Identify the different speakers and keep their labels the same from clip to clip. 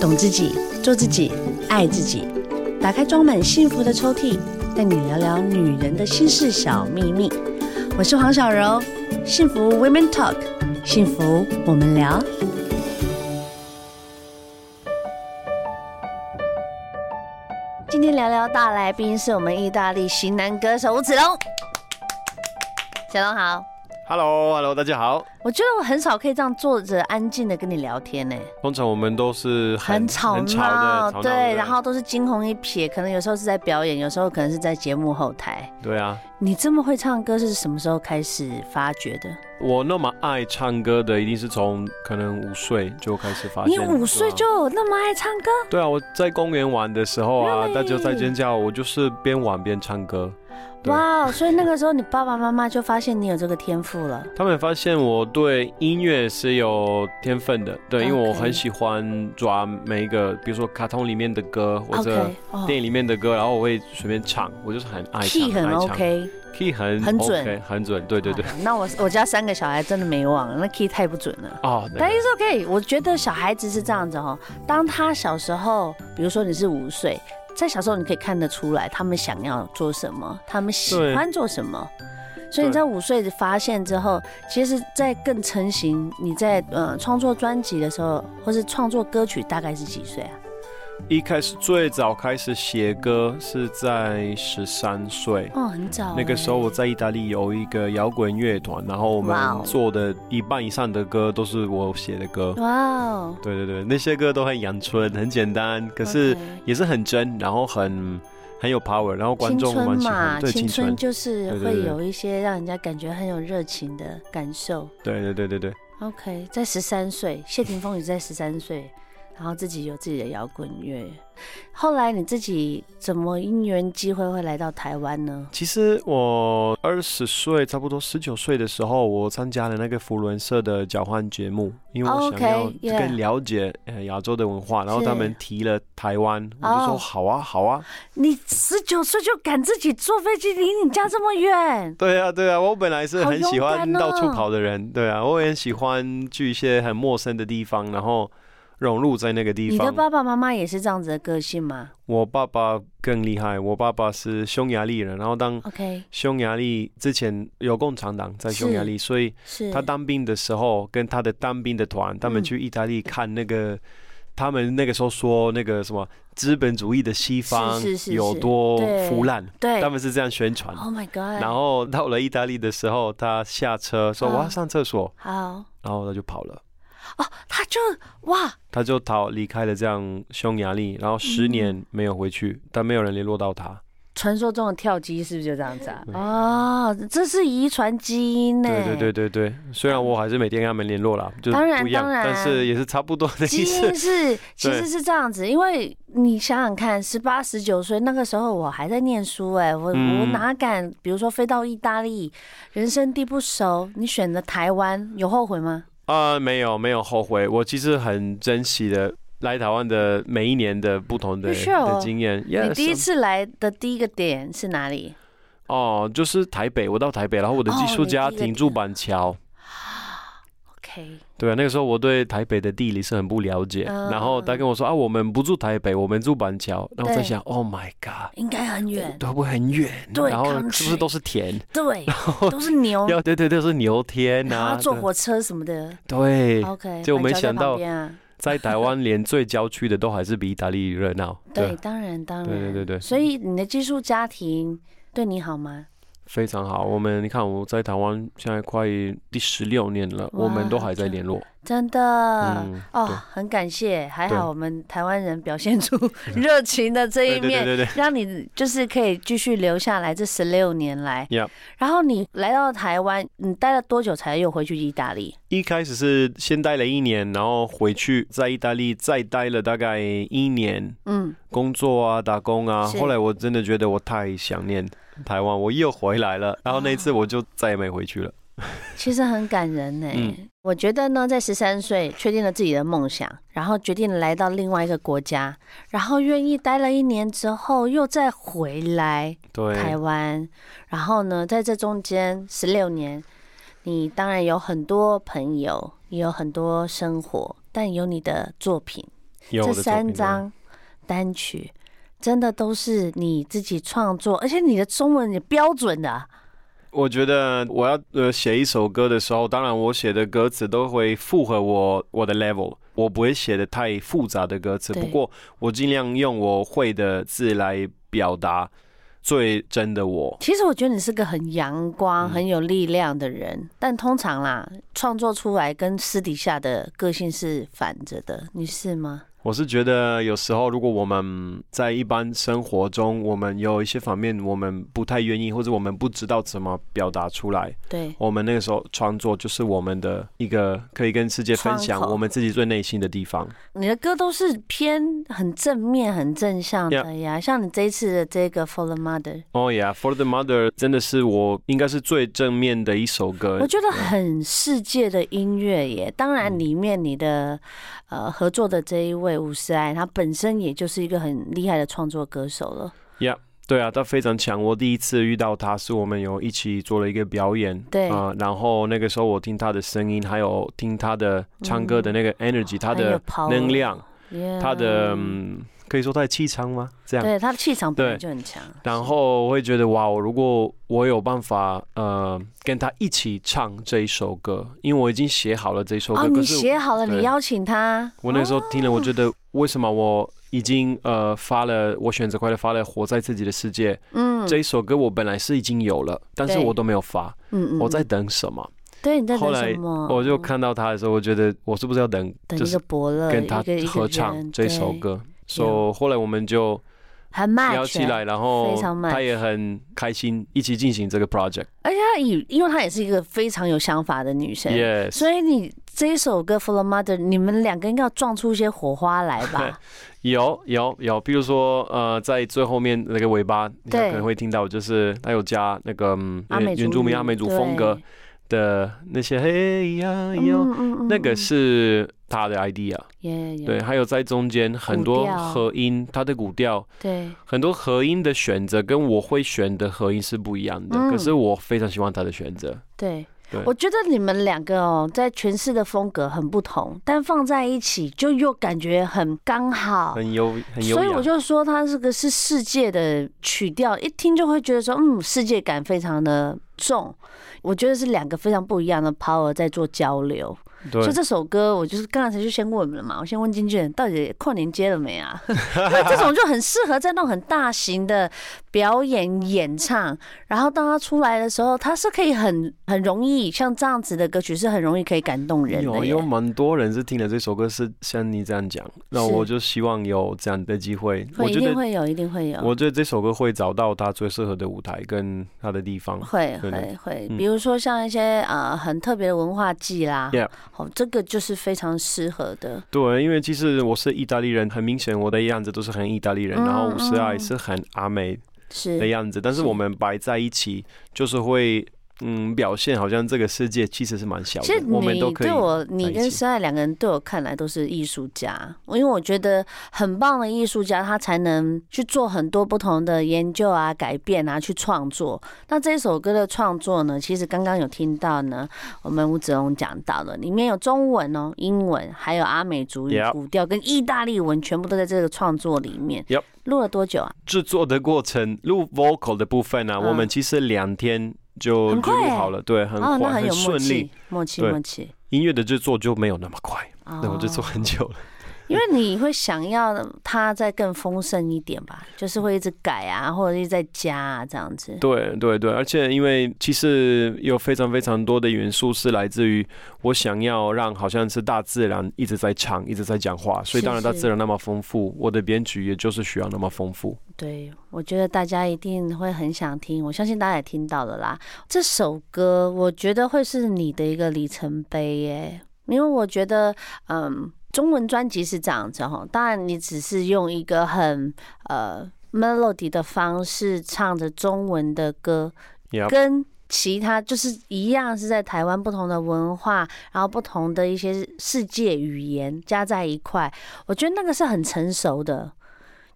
Speaker 1: 懂自己，做自己，爱自己。打开装满幸福的抽屉，带你聊聊女人的心事小秘密。我是黄小柔，幸福 Women Talk，幸福我们聊。今天聊聊大来宾是我们意大利型男歌手吴子龙。小龙好，
Speaker 2: Hello，Hello，大家好。
Speaker 1: 我觉得我很少可以这样坐着安静的跟你聊天呢、
Speaker 2: 通常我们都是
Speaker 1: 很吵
Speaker 2: 很吵
Speaker 1: 闹
Speaker 2: 的，吵，闹
Speaker 1: 对，
Speaker 2: 的
Speaker 1: 然后都是惊鸿一瞥，可能有时候是在表演，有时候可能是在节目后台。
Speaker 2: 对啊，
Speaker 1: 你这么会唱歌是什么时候开始发掘的？
Speaker 2: 我那么爱唱歌的，一定是从可能五岁就开始发现。
Speaker 1: 你五岁就
Speaker 2: 对啊
Speaker 1: 有那么爱唱歌？
Speaker 2: 对啊，我在公园玩的时候啊
Speaker 1: Really？
Speaker 2: 大家在尖叫，我就是边玩边唱歌。对
Speaker 1: 哇哦！所以那个时候你爸爸妈妈就发现你有这个天赋了。
Speaker 2: 他们发现我对音乐是有天分的，对，因为我
Speaker 1: OK
Speaker 2: 很喜欢抓每一个，比如说卡通里面的歌或者
Speaker 1: OK，哦
Speaker 2: 电影里面的歌，然后我会随便唱，我就是很爱唱，
Speaker 1: ，key 很
Speaker 2: 爱唱
Speaker 1: OK，
Speaker 2: key 很
Speaker 1: 很准
Speaker 2: OK，很准，对对对。
Speaker 1: 好那我我家三个小孩真的没忘，那 key 太不准了。
Speaker 2: 哦，那个
Speaker 1: 但 is OK，我觉得小孩子是这样子哦，当他小时候，比如说你是五岁，在小时候你可以看得出来他们想要做什么，他们喜欢做什么。所以你在五岁发现之后，其实，在更成型，你在呃创作专辑的时候，或是创作歌曲，大概是几岁啊？
Speaker 2: 一开始最早开始写歌是在十三岁，
Speaker 1: 哦，很早欸、
Speaker 2: 那个时候我在意大利有一个摇滚乐团，然后我们
Speaker 1: 哇哦
Speaker 2: 做的一半以上的歌都是我写的歌。
Speaker 1: 哇哦，
Speaker 2: 对对对，那些歌都很阳春，很简单，可是
Speaker 1: OK
Speaker 2: 也是很真，然后很很有 power，然后观
Speaker 1: 青
Speaker 2: 众
Speaker 1: 春
Speaker 2: 蛮喜
Speaker 1: 嘛，
Speaker 2: 欢。对
Speaker 1: 青
Speaker 2: 青
Speaker 1: 春
Speaker 2: 春，
Speaker 1: 就是
Speaker 2: 对对
Speaker 1: 会
Speaker 2: 对
Speaker 1: 有一些让人家感觉很有热情的感受。
Speaker 2: 对对对对对，
Speaker 1: OK，在十三岁，谢霆锋也在十三岁，然后自己有自己的摇滚乐。后来你自己怎么因缘机会会来到台湾呢？
Speaker 2: 其实我二十岁，差不多十九岁的时候，我参加了那个福伦社的交换节目，因为我
Speaker 1: 哦 OK，
Speaker 2: 想要
Speaker 1: yeah
Speaker 2: 更了解呃亚洲的文化，然后
Speaker 1: 是
Speaker 2: 他们提了台湾，我就
Speaker 1: 哦
Speaker 2: 说好啊好啊，
Speaker 1: 你十九岁就敢自己坐飞机离你家这么远，
Speaker 2: 对啊对啊，我本来是
Speaker 1: 好
Speaker 2: 很喜欢
Speaker 1: 勇敢哦
Speaker 2: 到处跑的人，对
Speaker 1: 哦
Speaker 2: 啊，我也很喜欢去一些很陌生的地方，然后融入在那个地
Speaker 1: 你的
Speaker 2: 方。
Speaker 1: 爸爸妈妈也是这样子的个性吗
Speaker 2: 我爸爸更厉害，我爸爸是匈牙利人，然后当
Speaker 1: ？OK，
Speaker 2: 匈牙利之前有共产党在匈牙利，所以。
Speaker 1: 是
Speaker 2: 他当兵的时候，跟他的当兵的团，他们
Speaker 1: 嗯
Speaker 2: 去意大利看那个，他们那个时候说那个什么资本主义的西方
Speaker 1: 是是
Speaker 2: 有
Speaker 1: 是
Speaker 2: 多
Speaker 1: 对
Speaker 2: 腐烂，
Speaker 1: 对
Speaker 2: 他们是这样宣传。
Speaker 1: ，Oh my God，
Speaker 2: 然后到了意大利的时候，他下车说
Speaker 1: 啊
Speaker 2: 我要上厕所，
Speaker 1: 好
Speaker 2: 然后他就跑了，
Speaker 1: 哦，他就哇，
Speaker 2: 他就逃离开了这样匈牙利，然后十
Speaker 1: 嗯
Speaker 2: 年没有回去，但没有人联络到他。
Speaker 1: 传说中的跳机是不是就这样子啊？哦，这是遗传基因呢。
Speaker 2: 对对对对对，虽然我还是每天跟他们联络啦，就是
Speaker 1: 当然
Speaker 2: 不一样，
Speaker 1: 当然
Speaker 2: 但是也是差不多 的
Speaker 1: 基
Speaker 2: 意思
Speaker 1: 因。是其实是这样子，因为你想想看，十八十九岁那个时候我还在念书、哎，我、
Speaker 2: 嗯
Speaker 1: 我哪敢，比如说飞到意大利，人生地不熟，你选择台湾，有后悔吗？
Speaker 2: 啊、没有没有后悔，我其实很珍惜的来台湾的每一年的不同的
Speaker 1: You sure？
Speaker 2: 的经验。
Speaker 1: 哦你第一次来的第一个点是哪里？
Speaker 2: 哦，就是台北，我到台北，然后我的
Speaker 1: 哦
Speaker 2: 寄宿家
Speaker 1: 你第一
Speaker 2: 庭
Speaker 1: 个
Speaker 2: 住板桥。
Speaker 1: OK，
Speaker 2: 对啊，那个时候我对台北的地理是很不了解，
Speaker 1: 嗯
Speaker 2: 然后他跟我说啊，我们不住台北，我们住板桥。然后我在
Speaker 1: 对
Speaker 2: 想，Oh my god，
Speaker 1: 应该很远，
Speaker 2: 会不会很远？
Speaker 1: 对
Speaker 2: 然后是不
Speaker 1: country
Speaker 2: 是都是田？
Speaker 1: 对，都是牛，
Speaker 2: 要对对对，是牛天
Speaker 1: 然
Speaker 2: 啊
Speaker 1: 后，坐
Speaker 2: 对
Speaker 1: 火车什么的。
Speaker 2: 对，
Speaker 1: OK，
Speaker 2: 结果
Speaker 1: 板
Speaker 2: 没
Speaker 1: 桥在
Speaker 2: 想到
Speaker 1: 旁边啊
Speaker 2: 在台湾连最郊区的都还是比意大利热闹。
Speaker 1: 对，，当然当然，
Speaker 2: 对对对对
Speaker 1: 所以你的寄宿家庭对你好吗？
Speaker 2: 非常好，我们你看我在台湾现在快第十六年了，
Speaker 1: 哇
Speaker 2: 我们都还在联络。
Speaker 1: 真的、
Speaker 2: 嗯，
Speaker 1: 哦
Speaker 2: 对，
Speaker 1: 很感谢，还
Speaker 2: 对
Speaker 1: 好我们台湾人表现 出热情的这一
Speaker 2: 对对
Speaker 1: 面，
Speaker 2: 对对对，
Speaker 1: 让你就是可以继续留下来这十六年来。
Speaker 2: Yep
Speaker 1: 然后你来到台湾，你待了多久才又回去意大利？
Speaker 2: 一开始是先待了一年，然后回去在意大利再待了大概一年，
Speaker 1: 嗯，
Speaker 2: 工作啊、打工啊。
Speaker 1: 是
Speaker 2: 后来我真的觉得我太想念台湾，我又回来了，然后那一次我就再也没回去了。
Speaker 1: 其实很感人呢、
Speaker 2: 嗯
Speaker 1: 我觉得呢，在十三岁确定了自己的梦想，然后决定来到另外一个国家，然后愿意待了一年之后又再回来，
Speaker 2: 对，
Speaker 1: 台湾，然后呢，在这中间十六年，你当然有很多朋友，也有很多生活，但有你的作品，
Speaker 2: 有
Speaker 1: 这
Speaker 2: 我的作品啊嗯
Speaker 1: 三
Speaker 2: 吗
Speaker 1: 张单曲真的都是你自己创作，而且你的中文也标准的啊、
Speaker 2: 我觉得我要呃写一首歌的时候，当然我写的歌词都会符合我我的 level，我不会写的太复杂的歌词，
Speaker 1: 对
Speaker 2: 不过我尽量用我会的字来表达最真的我。
Speaker 1: 其实我觉得你是个很阳光、
Speaker 2: 嗯
Speaker 1: 很有力量的人，但通常啦，创作出来跟私底下的个性是反着的，你是吗？
Speaker 2: 我是觉得有时候，如果我们在一般生活中，我们有一些方面我们不太愿意，或者我们不知道怎么表达出来，
Speaker 1: 对，
Speaker 2: 我们那个时候创作就是我们的一个可以跟世界分享
Speaker 1: 窗口
Speaker 2: 我们自己最内心的地方。
Speaker 1: 你的歌都是偏很正面、很正向的呀像你这一次的这个《For the Mother》，
Speaker 2: 哦呀，For the Mother 真的是我应该是最正面的一首歌
Speaker 1: 我。觉得很世界的音乐耶。当
Speaker 2: 嗯
Speaker 1: 然，里面你的呃合作的这一位伍思爱，他本身也就是一个很厉害的创作歌手了。
Speaker 2: 对啊，他非常强。我第一次遇到他是我们有一起做了一个表演，
Speaker 1: 对
Speaker 2: 啊、然后那个时候我听他的声音，还有听他的唱歌的那个 energy，、他
Speaker 1: 嗯很有
Speaker 2: 的
Speaker 1: power
Speaker 2: 能量，
Speaker 1: Yeah
Speaker 2: 他的、嗯、可以说他的气场吗？这样。
Speaker 1: 对他的气场本来
Speaker 2: 对
Speaker 1: 就很强。
Speaker 2: 然后我会觉得哇，如果我有办法呃跟他一起唱这一首歌，因为我已经写好了这首
Speaker 1: 哦，
Speaker 2: 歌，可
Speaker 1: 你
Speaker 2: 是
Speaker 1: 写好了，你
Speaker 2: 对
Speaker 1: 邀请他。哦
Speaker 2: 我那时候听了，我觉得为什么我已经呃发了，我选择快乐发了《活在自己的世界》
Speaker 1: 嗯
Speaker 2: 这一首歌，我本来是已经有了，但是
Speaker 1: 对
Speaker 2: 我都没有发，
Speaker 1: 嗯
Speaker 2: 我在等什么？
Speaker 1: 对你在
Speaker 2: 后
Speaker 1: 等
Speaker 2: 来
Speaker 1: 什么？
Speaker 2: 我就看到他的时候，我觉得我是不是要等，
Speaker 1: 嗯等
Speaker 2: 就
Speaker 1: 一个
Speaker 2: 是
Speaker 1: 伯乐，
Speaker 2: 跟他
Speaker 1: 一个一个
Speaker 2: 合唱
Speaker 1: 人
Speaker 2: 这首，歌？所以后来我们就
Speaker 1: 对很 match，
Speaker 2: 聊起来，然
Speaker 1: 非
Speaker 2: 后
Speaker 1: 常 match
Speaker 2: 他也很开心，一起进行这个 project。
Speaker 1: 而且她以，因为她也是一个非常有想法的女生
Speaker 2: Yes，
Speaker 1: 所以你这一首歌《For the Mother》，你们两个应该要撞出一些火花来 吧？
Speaker 2: 有有有，比如说呃，在最后面那个尾巴，你
Speaker 1: 对
Speaker 2: 可能会听到，就是他有加那个、嗯
Speaker 1: 阿美
Speaker 2: 原住民阿美族风格
Speaker 1: 对，
Speaker 2: 的那些嘿呀哟，
Speaker 1: 嗯嗯嗯
Speaker 2: 那个是他的 idea。
Speaker 1: 耶耶
Speaker 2: 对，还有在中间很
Speaker 1: 古
Speaker 2: 多
Speaker 1: 调
Speaker 2: 合音，他的古调
Speaker 1: 对，
Speaker 2: 很多合音的选择跟我会选的合音是不一样的，
Speaker 1: 嗯
Speaker 2: 可是我非常喜欢他的选择。
Speaker 1: 对
Speaker 2: 对，
Speaker 1: 我觉得你们两个哦，在诠释的风格很不同，但放在一起就又感觉很刚好。
Speaker 2: 很优，很优
Speaker 1: 啊所以我
Speaker 2: 雅。
Speaker 1: 就说，它这个是世界的曲调，一听就会觉得说，嗯，世界感非常的重。我觉得是两个非常不一样的 power 在做交流。
Speaker 2: 对
Speaker 1: 所以，这首歌，我就是刚才就先问了嘛，我先问经纪人到底跨年接了没啊？ 因为这种就很适合在那种很大型的表演演唱，然后当它出来的时候，它是可以很很容易像这样子的歌曲是很容易可以感动人
Speaker 2: 有
Speaker 1: 的耶
Speaker 2: 有。蛮多人是听了这首歌，是像你这样讲，那
Speaker 1: 是
Speaker 2: 我就希望有这样的机会。我
Speaker 1: 会一
Speaker 2: 觉
Speaker 1: 定
Speaker 2: 得，
Speaker 1: 会有，一定会有。
Speaker 2: 我觉得这首歌会找到他最适合的舞台跟他的地方。
Speaker 1: 会
Speaker 2: 对
Speaker 1: 会会，
Speaker 2: 嗯
Speaker 1: 比如说像一些呃很特别的文化祭啦
Speaker 2: Yeah，
Speaker 1: 好，这个就是非常适合的。
Speaker 2: 对，因为其实我是意大利人，很明显我的样子都是很意大利人，
Speaker 1: 嗯
Speaker 2: 然后五十爱
Speaker 1: 嗯
Speaker 2: 是很阿美的
Speaker 1: 是，
Speaker 2: 样子，但是
Speaker 1: 是
Speaker 2: 我们摆在一起就是会。嗯，表现好像这个世界其实是蛮小
Speaker 1: 其实
Speaker 2: 的，我们都
Speaker 1: 你
Speaker 2: 可以
Speaker 1: 对。我，你
Speaker 2: 一
Speaker 1: 跟
Speaker 2: 起
Speaker 1: 深爱两个人对我看来都是艺术家，因为我觉得很棒的艺术家，他才能去做很多不同的研究啊、改变啊、去创作。那这首歌的创作呢，其实刚刚有听到呢，我们吴子龙讲到了，里面有中文哦、英文，还有阿美族语、
Speaker 2: Yep
Speaker 1: 古调跟意大利文，全部都在这个创作里面
Speaker 2: Yep。
Speaker 1: 录了多久啊？
Speaker 2: 制作的过程，录 vocal 的部分呢、啊
Speaker 1: 嗯
Speaker 2: 我们其实两天就
Speaker 1: 很
Speaker 2: 就
Speaker 1: 快
Speaker 2: 录
Speaker 1: 欸
Speaker 2: 好了，对，很
Speaker 1: 哦，那
Speaker 2: 快，
Speaker 1: 很有默
Speaker 2: 顺利
Speaker 1: 契。，默契，
Speaker 2: 对
Speaker 1: 默契。
Speaker 2: 音乐的制作就没有那么快，
Speaker 1: 哦
Speaker 2: 那我就做很久了。
Speaker 1: 因为你会想要它再更丰盛一点吧，就是会一直改啊，或者一直在加啊这样 子。
Speaker 2: 对对对，而且因为其实有非常非常多的元素是来自于我想要让好像是大自然一直在唱，一直在讲话，所以
Speaker 1: 是
Speaker 2: 当然大
Speaker 1: 是
Speaker 2: 自然那么丰富，我的编曲也就是需要那么丰富。
Speaker 1: 对，我觉得大家一定会很想听，我相信大家也听到了啦。这首歌我觉得会是你的一个里程碑耶，因为我觉得，嗯，中文专辑是这样子哈，当然你只是用一个很呃 melody 的方式唱着中文的歌，
Speaker 2: Yep，
Speaker 1: 跟其他就是一样是在台湾不同的文化，然后不同的一些世界语言加在一块，我觉得那个是很成熟的。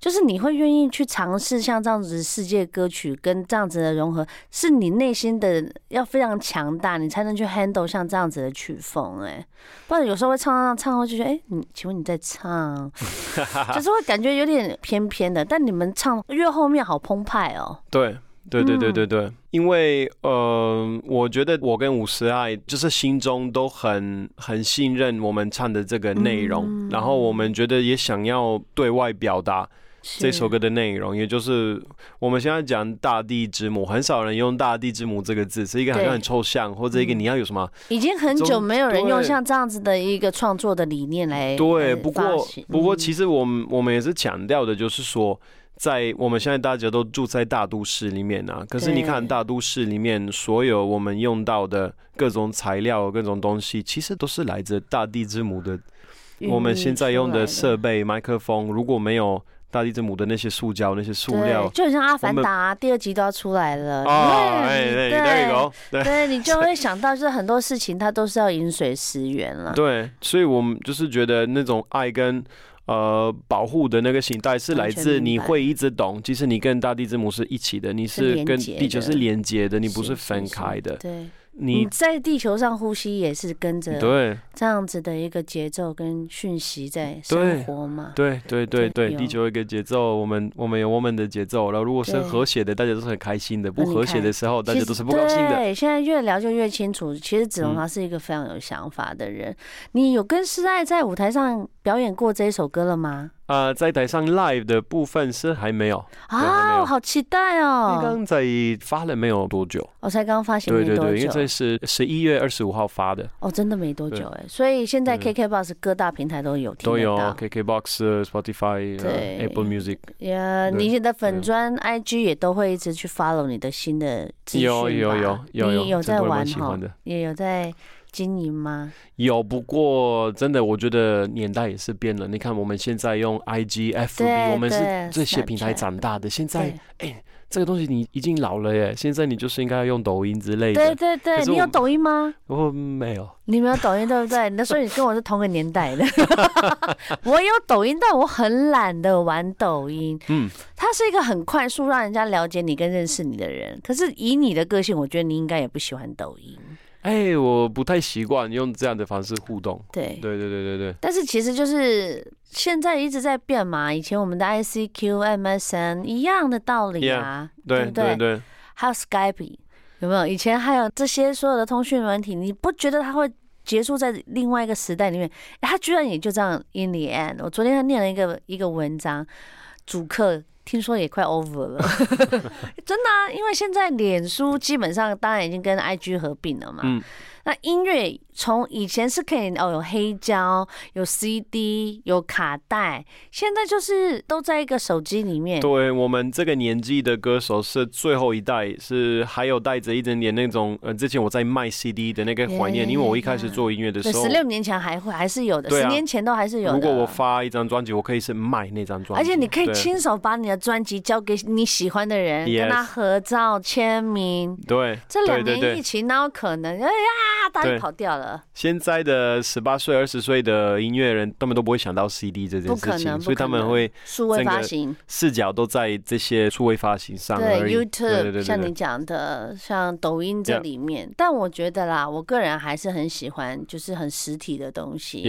Speaker 1: 就是你会愿意去尝试像这样子世界歌曲跟这样子的融合，是你内心的要非常强大，你才能去 handle 像这样子的曲风、欸，哎，不然有时候会唱唱唱后就觉得，哎、欸，你请问你在 唱，就是会感觉有点偏偏的。但你们唱越后面好澎湃哦、喔，
Speaker 2: 对。对对对对对，嗯、因为呃，我觉得我跟五十爱就是心中都很很信任我们唱的这个内容，嗯、然后我们觉得也想要对外表达这首歌的内容，也就是我们现在讲大地之母，很少人用大地之母这个字，是一个好像很抽象，或者一个你要有什么，
Speaker 1: 已经很久没有人用像这样子的一个创作的理念来
Speaker 2: 对，不过不过其实我们我们也是强调的，就是说。在我们现在大家都住在大都市里面啊，可是你看大都市里面所有我们用到的各种材料、各种东西，其实都是来自大地之母的。我们现在
Speaker 1: 嗯
Speaker 2: 用的设备、麦克风，如果没有大地之母的那些塑胶、那些塑料，
Speaker 1: 就很像《阿凡达、啊》第二集都要出来了。
Speaker 2: 哦，哎，
Speaker 1: 对，对你就会想到，就是很多事情它都是要饮水思源了。
Speaker 2: 对，所以我们就是觉得那种爱跟。呃，保护的那个形态是来自你会一直懂，其实你跟大地之母是一起的，你是跟地球是连接的，你不是嗯分开的。
Speaker 1: 对，你在地球上呼吸也是跟着
Speaker 2: 对
Speaker 1: 这样子的一个节奏跟讯息在生活嘛。
Speaker 2: 对对对对，地球一个节奏，我们我们有我们的节奏，然后如果是和谐的，大家都是很开心的；不和谐的时候，大家都是不高兴的。
Speaker 1: 对，现在越聊就越清楚，其实子龙他是一个非常有想法的人。你有跟师爱在舞台上？表演过这一首歌了吗？
Speaker 2: 啊、呃，在台上 live 的部分是还没有
Speaker 1: 啊，我好期待哦！
Speaker 2: 刚在发了没有多久？
Speaker 1: 我、哦、才刚发行没多久，
Speaker 2: 对对对，因为这是十一月二十五号发的
Speaker 1: 哦，真的没多久哎，所以现在 KKBox 各大平台都有听
Speaker 2: 嗯都有 KKBox、Spotify、呃、Apple Music。
Speaker 1: 呀，你的粉砖 IG 也都会一直去 follow 你的新的资讯
Speaker 2: 有有有有有
Speaker 1: 有在玩
Speaker 2: 哈，
Speaker 1: 也有在。经营吗？
Speaker 2: 有，不过真的，我觉得年代也是变了。你看，我们现在用 I G F B，我们是这些平台长大的。现在，哎、欸，这个东西你已经老了耶。现在你就是应该要用抖音之类
Speaker 1: 的。对对对，你有抖音吗？
Speaker 2: 我没有。
Speaker 1: 你没有抖音对不对？那所以你跟我是同个年代的。 我有抖音，但我很懒得玩抖音。嗯，它是一个很快速让人家了解你跟认识你的人。可是以你的个性，我觉得你应该也不喜欢抖音。
Speaker 2: 哎、欸，我不太习惯用这样的方式互动。
Speaker 1: 对，
Speaker 2: 对，对，对，对，对。
Speaker 1: 但是其实就是现在一直在变嘛，以前我们的 ICQ、MSN 一样的道理啊
Speaker 2: ，yeah, 对,
Speaker 1: 对不对？
Speaker 2: 对对
Speaker 1: 还有 Skype，有没有？以前还有这些所有的通讯软体，你不觉得它会结束在另外一个时代里面？它居然也就这样 in the end。我昨天还念了一个一个文章，主客。听说也快 over 了， 真的啊！因为现在脸书基本上当然已经跟 IG 合并了嘛。嗯。那音乐从以前是可以哦有黑胶、有 CD、有卡带，现在就是都在一个手机里面。
Speaker 2: 对我们这个年纪的歌手是最后一代，是还有带着一点点那种呃，之前我在卖 CD 的那个怀念，因为我一开始做音乐的时候，
Speaker 1: 十六年前还会还是有的，十、
Speaker 2: 啊、
Speaker 1: 年前都还是有的。
Speaker 2: 如果我发一张专辑，我可以是卖那张
Speaker 1: 而
Speaker 2: 专辑，
Speaker 1: 且你可以亲手把你的专辑交给你喜欢的人，跟他合照、签名。
Speaker 2: 对，
Speaker 1: 这两年疫情哪有可能？哎呀！啊！大家跑掉了。
Speaker 2: 现在的十八岁、二十岁的音乐人，他们都不会想到 CD 这件事情，所以他们会
Speaker 1: 数位发行，
Speaker 2: 视角都在这些数位发行上。
Speaker 1: 对 YouTube，像你讲的，像抖音这里面。但我觉得啦，我个人还是很喜欢，就是很实体的东西。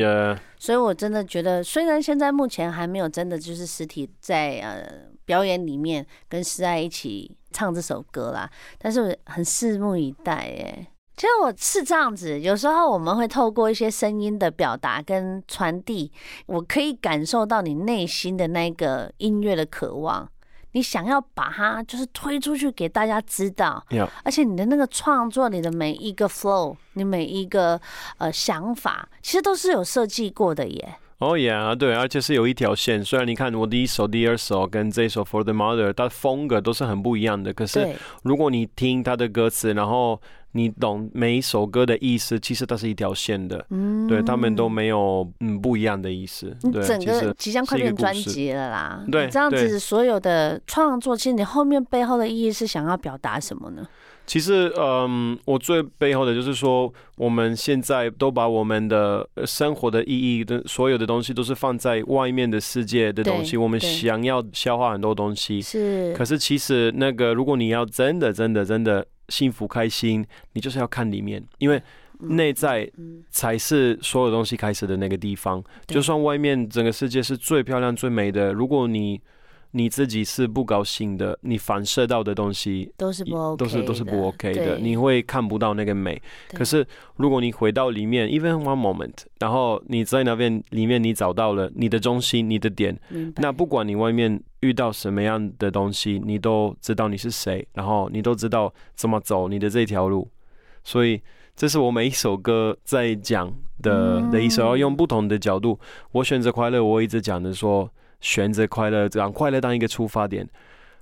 Speaker 1: 所以我真的觉得，虽然现在目前还没有真的就是实体在呃表演里面跟师爱一起唱这首歌啦，但是很拭目以待哎。其实我是这样子，有时候我们会透过一些声音的表达跟传递，我可以感受到你内心的那个音乐的渴望，你想要把它就是推出去给大家知道，而且你的那个创作，你的每一个 flow，你每一个呃想法，其实都是有设计过的耶。
Speaker 2: 哦耶，oh、yeah, 对，而且是有一条线。虽然你看我第一首、第二首跟这一首《For the Mother》，它风格都是很不一样的。可是如果你听它的歌词，然后你懂每一首歌的意思，其实它是一条线的，
Speaker 1: 嗯
Speaker 2: 对他们都没有嗯不一样的意思。
Speaker 1: 你
Speaker 2: 对，
Speaker 1: 整
Speaker 2: 其
Speaker 1: 个
Speaker 2: 实
Speaker 1: 即将快
Speaker 2: 是一个
Speaker 1: 变专
Speaker 2: 故事
Speaker 1: 辑了啦，你
Speaker 2: 对
Speaker 1: 这样子
Speaker 2: 对
Speaker 1: 所有的创作，其实你后面背后的意义是想要表达什么呢？
Speaker 2: 其实，嗯，我最背后的就是说，我们现在都把我们的呃生活的意义的所有的东西，都是放在外面的世界的东西，
Speaker 1: 对
Speaker 2: 我们
Speaker 1: 对
Speaker 2: 想要消化很多东西。
Speaker 1: 是
Speaker 2: 可是其实那个，如果你要真的、真的、真的幸福开心，你就是要看里面，因为内在
Speaker 1: 嗯
Speaker 2: 才是所有东西开始的那个地方。
Speaker 1: 对
Speaker 2: 就算外面整个世界是最漂亮、最美的，如果你你自己是不高兴的，你反射到的东西
Speaker 1: 都是不 OK，
Speaker 2: 都是都是不 OK 的，
Speaker 1: 对
Speaker 2: 你会看不到那个美。
Speaker 1: 对
Speaker 2: 可是如果你回到里面，even one moment，然后你在那边里面你找到了你的中心、你的点，
Speaker 1: 明白
Speaker 2: 那不管你外面遇到什么样的东西，你都知道你是谁，然后你都知道怎么走你的这条路。所以这是我每一首歌在讲的的一首，要用不同的角度。我选择快乐，我一直讲的说，选择快乐，让快乐当一个出发点，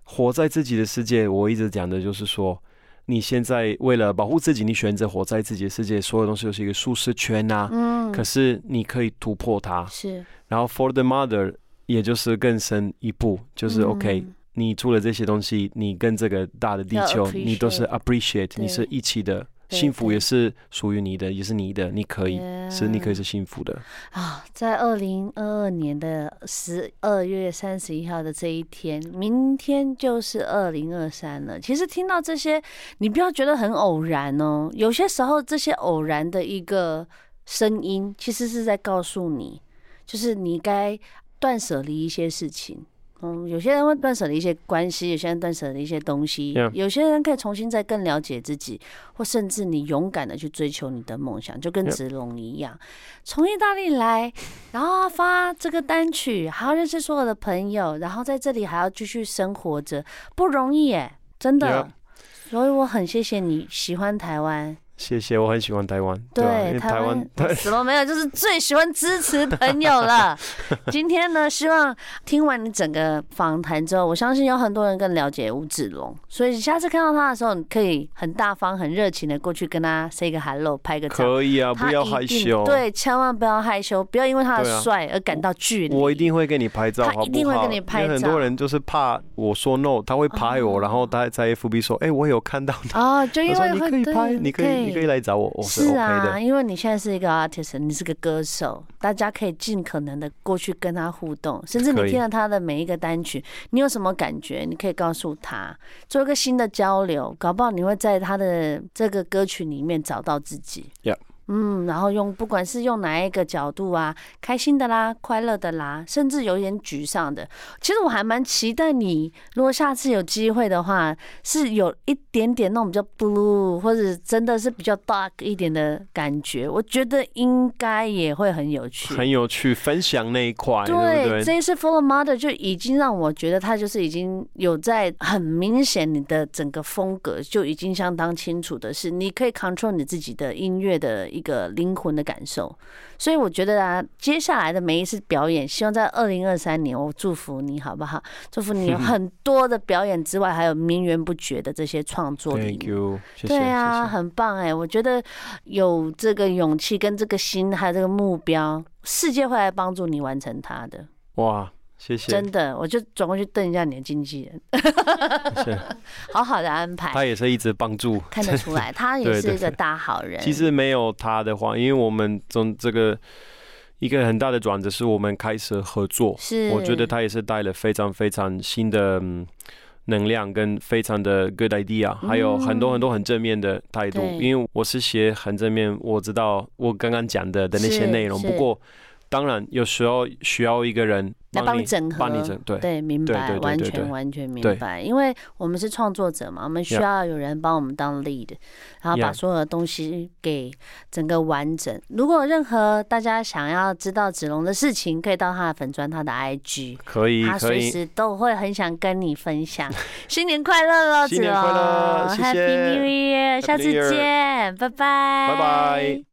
Speaker 2: 活在自己的世界。我一直讲的就是说，你现在为了保护自己，你选择活在自己的世界，所有东西都是一个舒适圈呐、
Speaker 1: 嗯
Speaker 2: 可是你可以突破它，
Speaker 1: 是
Speaker 2: 然后 for the mother，也就是更深一步，就是
Speaker 1: 嗯
Speaker 2: OK，、你除了这些东西，你跟这个大的地
Speaker 1: 要
Speaker 2: 球，
Speaker 1: appreciate，
Speaker 2: 你都是 appreciate，
Speaker 1: 对
Speaker 2: 你是一起的，
Speaker 1: 对
Speaker 2: 幸福
Speaker 1: 对
Speaker 2: 也是属于你的，也是你的，你可以。是，你可以
Speaker 1: Yeah
Speaker 2: 是幸福的。
Speaker 1: 啊，在二零二二年的十二月三十一号的这一天，明天就是二零二三了。其实听到这些，你不要觉得很偶然哦，有些时候这些偶然的一个声音，其实是在告诉你，就是你该断舍离一些事情。嗯，有些人会断舍离一些关系，有些人断舍离一些东西
Speaker 2: Yeah
Speaker 1: 有些人可以重新再更了解自己，或甚至你勇敢的去追求你的梦想，就跟
Speaker 2: Yeah
Speaker 1: 子龙一样。从意大利来，然后发这个单曲，还要认识所有的朋友，然后在这里还要继续生活着，不容易耶，真的。
Speaker 2: Yeah
Speaker 1: 所以我很谢谢你喜欢台 湾，
Speaker 2: 谢谢，我很喜欢台湾，
Speaker 1: 对
Speaker 2: 吧？因为
Speaker 1: 台
Speaker 2: 台
Speaker 1: 湾
Speaker 2: 湾，台
Speaker 1: 什么没有，就是最喜欢支持朋友 了。今天呢，希望听完你整个访谈之后，我相信有很多人更了解吴子龙，所以下次看到他的时候，你可以很大方、很热情的过去跟他 say 个 hello，拍个照。
Speaker 2: 可以啊，
Speaker 1: 他
Speaker 2: 不要
Speaker 1: 一
Speaker 2: 害
Speaker 1: 定
Speaker 2: 羞。，
Speaker 1: 对，千万不要害羞，不要因为他
Speaker 2: 对啊
Speaker 1: 的帅而感到距离。
Speaker 2: 我一定会跟你拍照，
Speaker 1: 他
Speaker 2: 好不好？
Speaker 1: 一定会跟你拍
Speaker 2: 因为很
Speaker 1: 照
Speaker 2: 多人就是怕我说 no，他会拍我，
Speaker 1: 哦
Speaker 2: 然后他在 FB 说：“哎，我有看到你。”
Speaker 1: 哦，就因
Speaker 2: 他
Speaker 1: 为
Speaker 2: 说：“你
Speaker 1: 会
Speaker 2: 可以
Speaker 1: 对
Speaker 2: 拍，你可以，你可以来找我，我
Speaker 1: 是
Speaker 2: OK
Speaker 1: 啊，
Speaker 2: 的。
Speaker 1: 因为你现在是一个 artist，你是个歌手，大家可以尽可能的过去跟他互动，甚至
Speaker 2: 可
Speaker 1: 你
Speaker 2: 以
Speaker 1: 听了他的每一个单曲，你有什么感觉，你可以告诉他，做一个新的交流，搞不好你会在他的这个歌曲里面找到自己。
Speaker 2: Yep
Speaker 1: 嗯，然后用不管是用哪一个角度啊，开心的啦，快乐的啦，甚至有点沮丧的。其实我还蛮期待你，如果下次有机会的话，是有一点点那种比较 blue 或者真的是比较 dark 一点的感觉，我觉得应该也会很有趣。
Speaker 2: 很有趣，分享那一块，对不
Speaker 1: 对，
Speaker 2: 对？
Speaker 1: 这一次 Full Mother 就已经让我觉得他就是已经有在很明显你的整个风格就已经相当清楚的是，你可以 control 你自己的音乐的一个灵魂的感受。所以我觉得啊，接下来的每一次表演，希望在二零二三年，我祝福你好不好？祝福 你有很多的表演之外，还有绵源不绝的这些创作灵
Speaker 2: Thank you，谢谢，
Speaker 1: 对啊，
Speaker 2: 谢谢
Speaker 1: 很棒哎！我觉得有这个勇气跟这个心，还有这个目标，世界会来帮助你完成它的。
Speaker 2: 哇，谢谢，
Speaker 1: 真的，我就转过去瞪一下你的经纪 人，
Speaker 2: 是
Speaker 1: 好好的安排，
Speaker 2: 他也是一直帮助。
Speaker 1: 看得出来，他也
Speaker 2: 对
Speaker 1: 是
Speaker 2: 对
Speaker 1: 一个
Speaker 2: 对
Speaker 1: 大好人。
Speaker 2: 其实没有他的话，因为我们从这个一个很大的转折是我们开始合作，
Speaker 1: 是，
Speaker 2: 我觉得他也是带了非常非常新的。嗯能量跟非常的 good idea，还有很多很多很正面的态度。
Speaker 1: 嗯对
Speaker 2: 因为我是写很正面，我知道我刚刚讲的的那
Speaker 1: 是
Speaker 2: 些内容。
Speaker 1: 是
Speaker 2: 不过，当然有时候需要一个人
Speaker 1: 来帮
Speaker 2: 帮
Speaker 1: 你
Speaker 2: 你
Speaker 1: 整合，
Speaker 2: 帮你整对
Speaker 1: 对，明
Speaker 2: 对
Speaker 1: 白，
Speaker 2: 对对
Speaker 1: 完
Speaker 2: 对
Speaker 1: 全
Speaker 2: 对
Speaker 1: 完全明
Speaker 2: 对
Speaker 1: 白，因为我们是创作者嘛，我们需
Speaker 2: Yeah
Speaker 1: 要有人帮我们当 lead，然后把
Speaker 2: Yeah
Speaker 1: 所有的东西给整个完整。如果有任何大家想要知道子龙的事情，可以到他的粉砖，他的 IG。
Speaker 2: 可以
Speaker 1: 他
Speaker 2: 可
Speaker 1: 随
Speaker 2: 以。
Speaker 1: 时都会很想跟你分享。新年快乐喽，
Speaker 2: 新年快乐
Speaker 1: 子龙
Speaker 2: 谢谢
Speaker 1: ！Happy New Year，下次
Speaker 2: New Year
Speaker 1: 见，拜拜，
Speaker 2: 拜拜。